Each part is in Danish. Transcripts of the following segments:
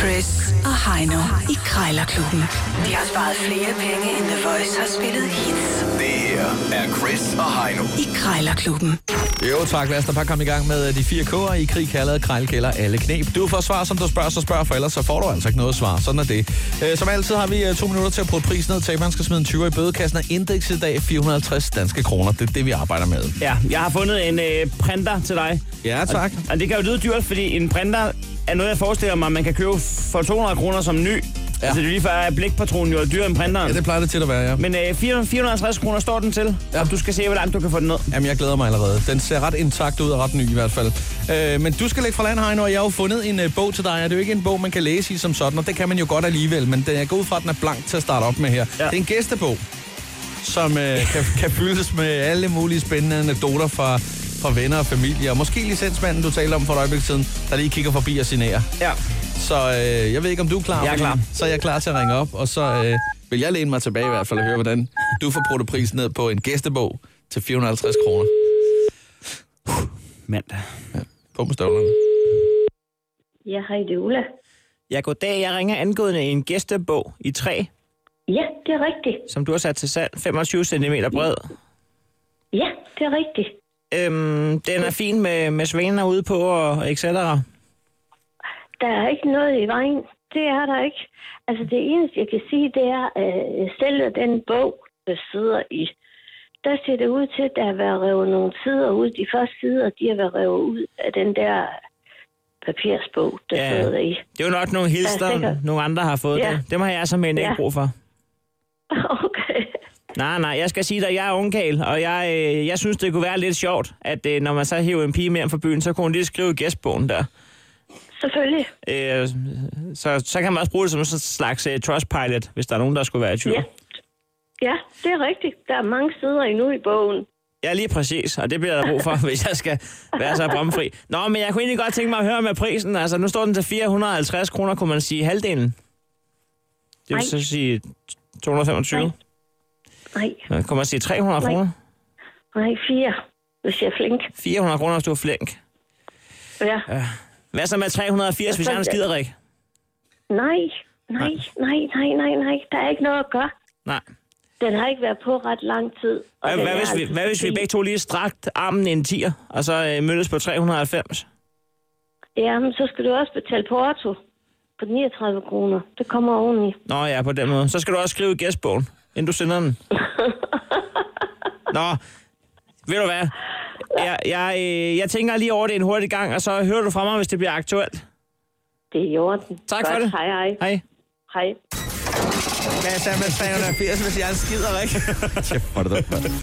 Chris og Heino i Krejlerklubben. De har sparet flere penge, end The Voice har spillet hits Det her er Chris og Heino. i Krejlerklubben. Jo tak, lad os da bare komme i gang med øh, de fire K'er i krig, kaldet, krejlkælder, alle knep. Du får svar, som du spørger, så spørg, for ellers så får du altså ikke noget svar. Sådan er det. Øh, Som altid har vi øh, to minutter til at putte prisen ned. Taberen skal smide en 20 i bødekassen, og indekset i dag 450 danske kroner. Det er det, vi arbejder med. Ja, jeg har fundet en øh, printer til dig. Ja, tak. Og, og det kan jo lyde dyrt, fordi en printer er noget, jeg forestiller mig, man kan købe for 200 kroner som ny. Ja. Altså det er lige før, at blikpatronen jo er dyrere end printeren. Ja, Ja, det plejer det til at være, ja. Men øh, 400 450 kroner står den til, Ja. ja. og du skal se, hvor langt du kan få den ned. Jamen, jeg glæder mig allerede. Den ser ret intakt ud og ret ny i hvert fald. Øh, men du skal lægge fra land, Heino, og jeg har jo fundet en øh, bog til dig. Og Det er jo ikke en bog, man kan læse i som sådan, og det kan man jo godt alligevel. Men den er gået fra, at den er blank til at starte op med her. Ja. Ja. Det er en gæstebog, som øh, kan, kan fyldes med alle mulige spændende anekdoter fra, fra venner og familie. Og måske licensmanden, du talte om for et øjeblik siden, der lige kigger forbi og signerer. Ja. Så øh, jeg ved ikke, om du er klar. Jeg er fordi klar. Så er jeg klar til at ringe op, og så øh, vil jeg læne mig tilbage i hvert fald og høre, hvordan du får brugt prisen ned på en gæstebog til 450 kroner. Mandag. På med støvlerne. Ja, hej, det er Ulla. Ja, goddag. Jeg ringer angående en gæstebog i træ, Ja, det er rigtigt. som du har sat til salg. 25 cm bred. Ja, det er rigtigt. Øhm, den er fin med, med svaner ude på og et cetera. Der er ikke noget i vejen. Det er der ikke. Altså, det eneste, jeg kan sige, det er, at selv den bog, der sidder i, der ser det ud til, at der har været revet nogle sider ud. De første sider, de har været revet ud af den der papirsbog, der Ja. ja. sidder i. Det er jo nok nogle Ja, hilster, sikkert. nogle andre har fået. Ja. Ja. Dem har jeg som en ikke Ja. brug for. Okay. Nej, nej, jeg skal sige dig, jeg er ungkal, og jeg, øh, jeg synes, det kunne være lidt sjovt, at øh, når man så hiver en pige med hjem fra byen, så kunne hun lige skrive i gæstbogen der. Selvfølgelig. Øh, så, så kan man også bruge det som sådan en slags øh, trustpilot, hvis der er nogen, der skulle være i tvivl. Ja. Ja, det er rigtigt. Der er mange sider endnu i bogen. Ja, lige præcis, og det bliver der brug for, hvis jeg skal være så bromfri. Nå, men jeg kunne egentlig godt tænke mig at høre med prisen. Altså, nu står den til 450 kroner, kunne man sige halvdelen. Det Nej. vil så sige 225. Nej, Nej. Kunne man sige 300 Nej. kroner? nej, fire, hvis jeg er flink. 400 kroner, hvis du er flink. Ja. Hvad så med 380, hvis jeg er en skiderik? Nej, nej, nej, nej, nej, nej. Der er ikke noget at gøre. Nej. Den har ikke været på ret lang tid. og Hvad, den hvad, er hvis vi, altså hvad hvis vi fin. begge to lige strakt armen i en tier, og så øh, mødtes på 390? Jamen, så skal du også betale porto på 39 kroner. Det kommer oveni. Nå ja, på den måde. Så skal du også skrive i gæstbogen, inden du sender den. Nå, ved du hvad? Jeg, jeg, øh, jeg tænker lige over det en hurtig gang, og så hører du fra mig, hvis det bliver aktuelt. Det er i orden. Tak for Godt. det. Hej, hej. Hej. Hej. Hvad sagde med 380, hvis jeg er en skider, ikke? Kæft, hvor er det dumt, mand.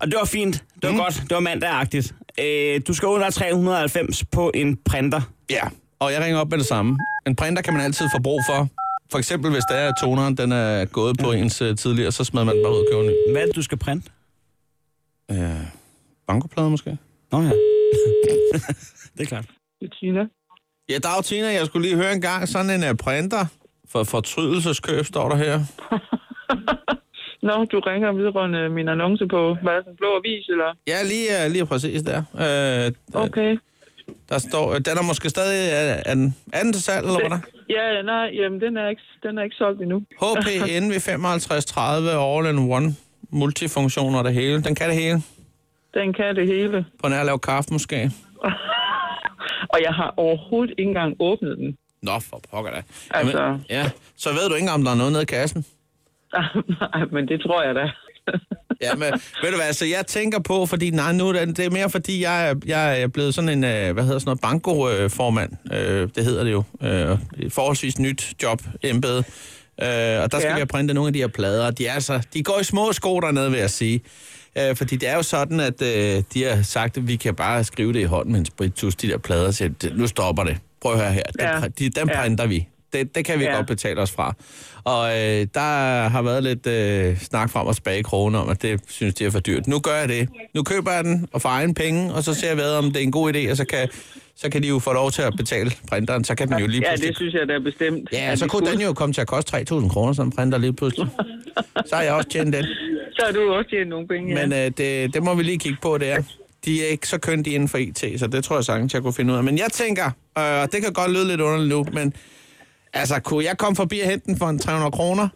Og det var fint. Det var mm. godt. Det var mandagagtigt. Øh, du skal under 390 på en printer. Ja, og jeg ringer op med det samme. En printer kan man altid få brug for. For eksempel, hvis der er at toneren, den er gået på ens øh, tidligere, så smider man den bare ud og køber en ny. Hvad er det, du skal printe? Øh, bankoplade måske? Nå ja. det er klart. Bettina. Ja, dag Tina, jeg skulle lige høre en gang sådan en øh, printer. For fortrydelseskøb står der her. Nå, du ringer vedrørende min annonce på, hvad er den blå avis, eller? Ja, lige, øh, lige præcis der. Øh, Okay. der står, øh, den er måske stadig øh, er den anden til salg, eller hvad der? Ja, ja, nej, jamen, den er ikke, den er ikke solgt endnu. HPN ved 5530 All-in-One multifunktioner og det hele. Den kan det hele. Den kan det hele. På nær at lave kaffe måske. Og jeg har overhovedet ikke engang åbnet den. Nå, for pokker da. Altså. Jamen, ja. Så ved du ikke, om der er noget nede i kassen. nej, men det tror jeg da. Ja, men ved du hvad, altså jeg tænker på, fordi nej, nu er det, det er mere fordi, jeg, er- jeg er blevet sådan en, øh, hvad hedder sådan noget, bankoformand, øh, det hedder det jo, øh, et forholdsvis nyt job, embede, øh, og der skal ja. Ja. vi have printet nogle af de her plader, og de, er så, de går i små sko dernede, vil jeg sige. Øh, fordi det er jo sådan, at øh, de har sagt, at vi kan bare skrive det i hånden med en sprittus, de der plader, og siger, nu stopper det. Prøv at høre her, den, Ja. ja. de, den Ja. printer vi. Det, det kan vi ja. Ja. godt betale os fra. Og øh, der har været lidt øh, snak frem og tilbage i krogen om, at det synes de er for dyrt. Nu gør jeg det. Nu køber jeg den og får egen penge, og så ser jeg hvad, om det er en god idé, og så kan, så kan de jo få lov til at betale printeren. Så kan den jo lige Ja, pludselig... det synes jeg da bestemt. Ja, at så vi kunne skulle. den jo komme til at koste 3.000 kroner, sådan en printer lige pludselig. Så har jeg også tjent den. Så har du også tjent nogle penge, ja. Men øh, det, det må vi lige kigge på, det er. De er ikke så køndige inden for IT, så det tror jeg sagtens, jeg kunne finde ud af. Men jeg tænker, øh, og det kan godt lyde lidt underligt nu, men Altså, kunne jeg komme forbi og hente den for en 300 kroner?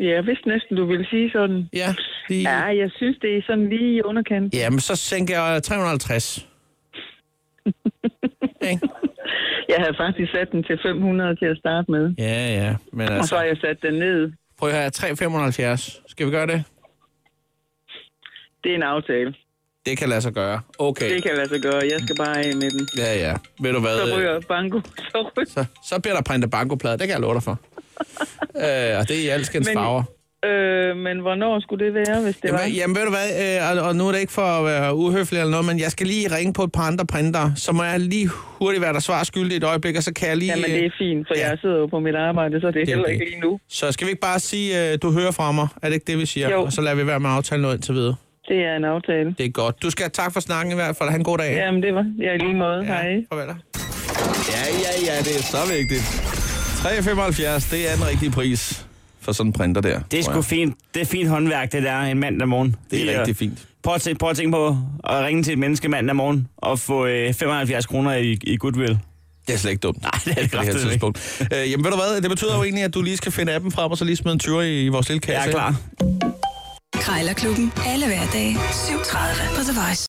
Ja, hvis næsten du vil sige sådan. øh- Ja, de... Ja, jeg synes, det er sådan lige i underkant. Jamen, så sænker jeg 350. Ikke? Jeg havde faktisk sat den til 500 til at starte med. Ja, ja. Men Og så altså, har jeg sat den ned. prøv at høre, 375. Skal vi gøre det? Det er en aftale. Det kan lade sig gøre. Okay. Det kan lade sig gøre. Jeg skal bare af med den. Ja, ja. Ved du hvad? Så øh, ryger banko. Så ryger. så, så bliver der printet bankoplader. Det kan jeg love dig for. øh, og det er i alskens Men- farver. Øh, men hvornår skulle det være, hvis det var? Jamen, jamen ved du hvad, øh, og, og nu er det ikke for at være uhøflig eller noget, men jeg skal lige ringe på et par andre printer, så må jeg lige hurtigt være der svar skyldig et øjeblik, og så kan jeg lige... Jamen, øh, det er fint, for ja. jeg sidder jo på mit arbejde, så det er Det er heller det. ikke lige nu. Så skal vi ikke bare sige, øh, du hører fra mig? Er det ikke det, vi siger? Jo. Og så lader vi være med at aftale noget indtil videre. Det er en aftale. Det er godt. Du skal have tak for snakken i hvert fald. Ha' en god dag. Jamen, det var jeg i lige måde. Ja. Hej. Farvel. Ja, ja, ja, det er så vigtigt. 3,75, det er den rigtige pris for sådan en printer der. Det er tror sgu jeg. fint. Det er fint håndværk, det der en mandag morgen. Det Lige er at- rigtig fint. Prøv at, tænke, prøv at tænke på at ringe til et menneske mandag morgen og få øh, 75 kroner i, i goodwill. Det er slet ikke dumt. Nej, det er det på det her kraftedeme ikke. tidspunkt. Øh, jamen ved du hvad, det betyder jo egentlig, at du lige skal finde appen frem, og så lige smide en 20'er i vores lille kasse. Jeg er klar. Krejlerklubben. Alle hverdage. 7.30 på The Voice.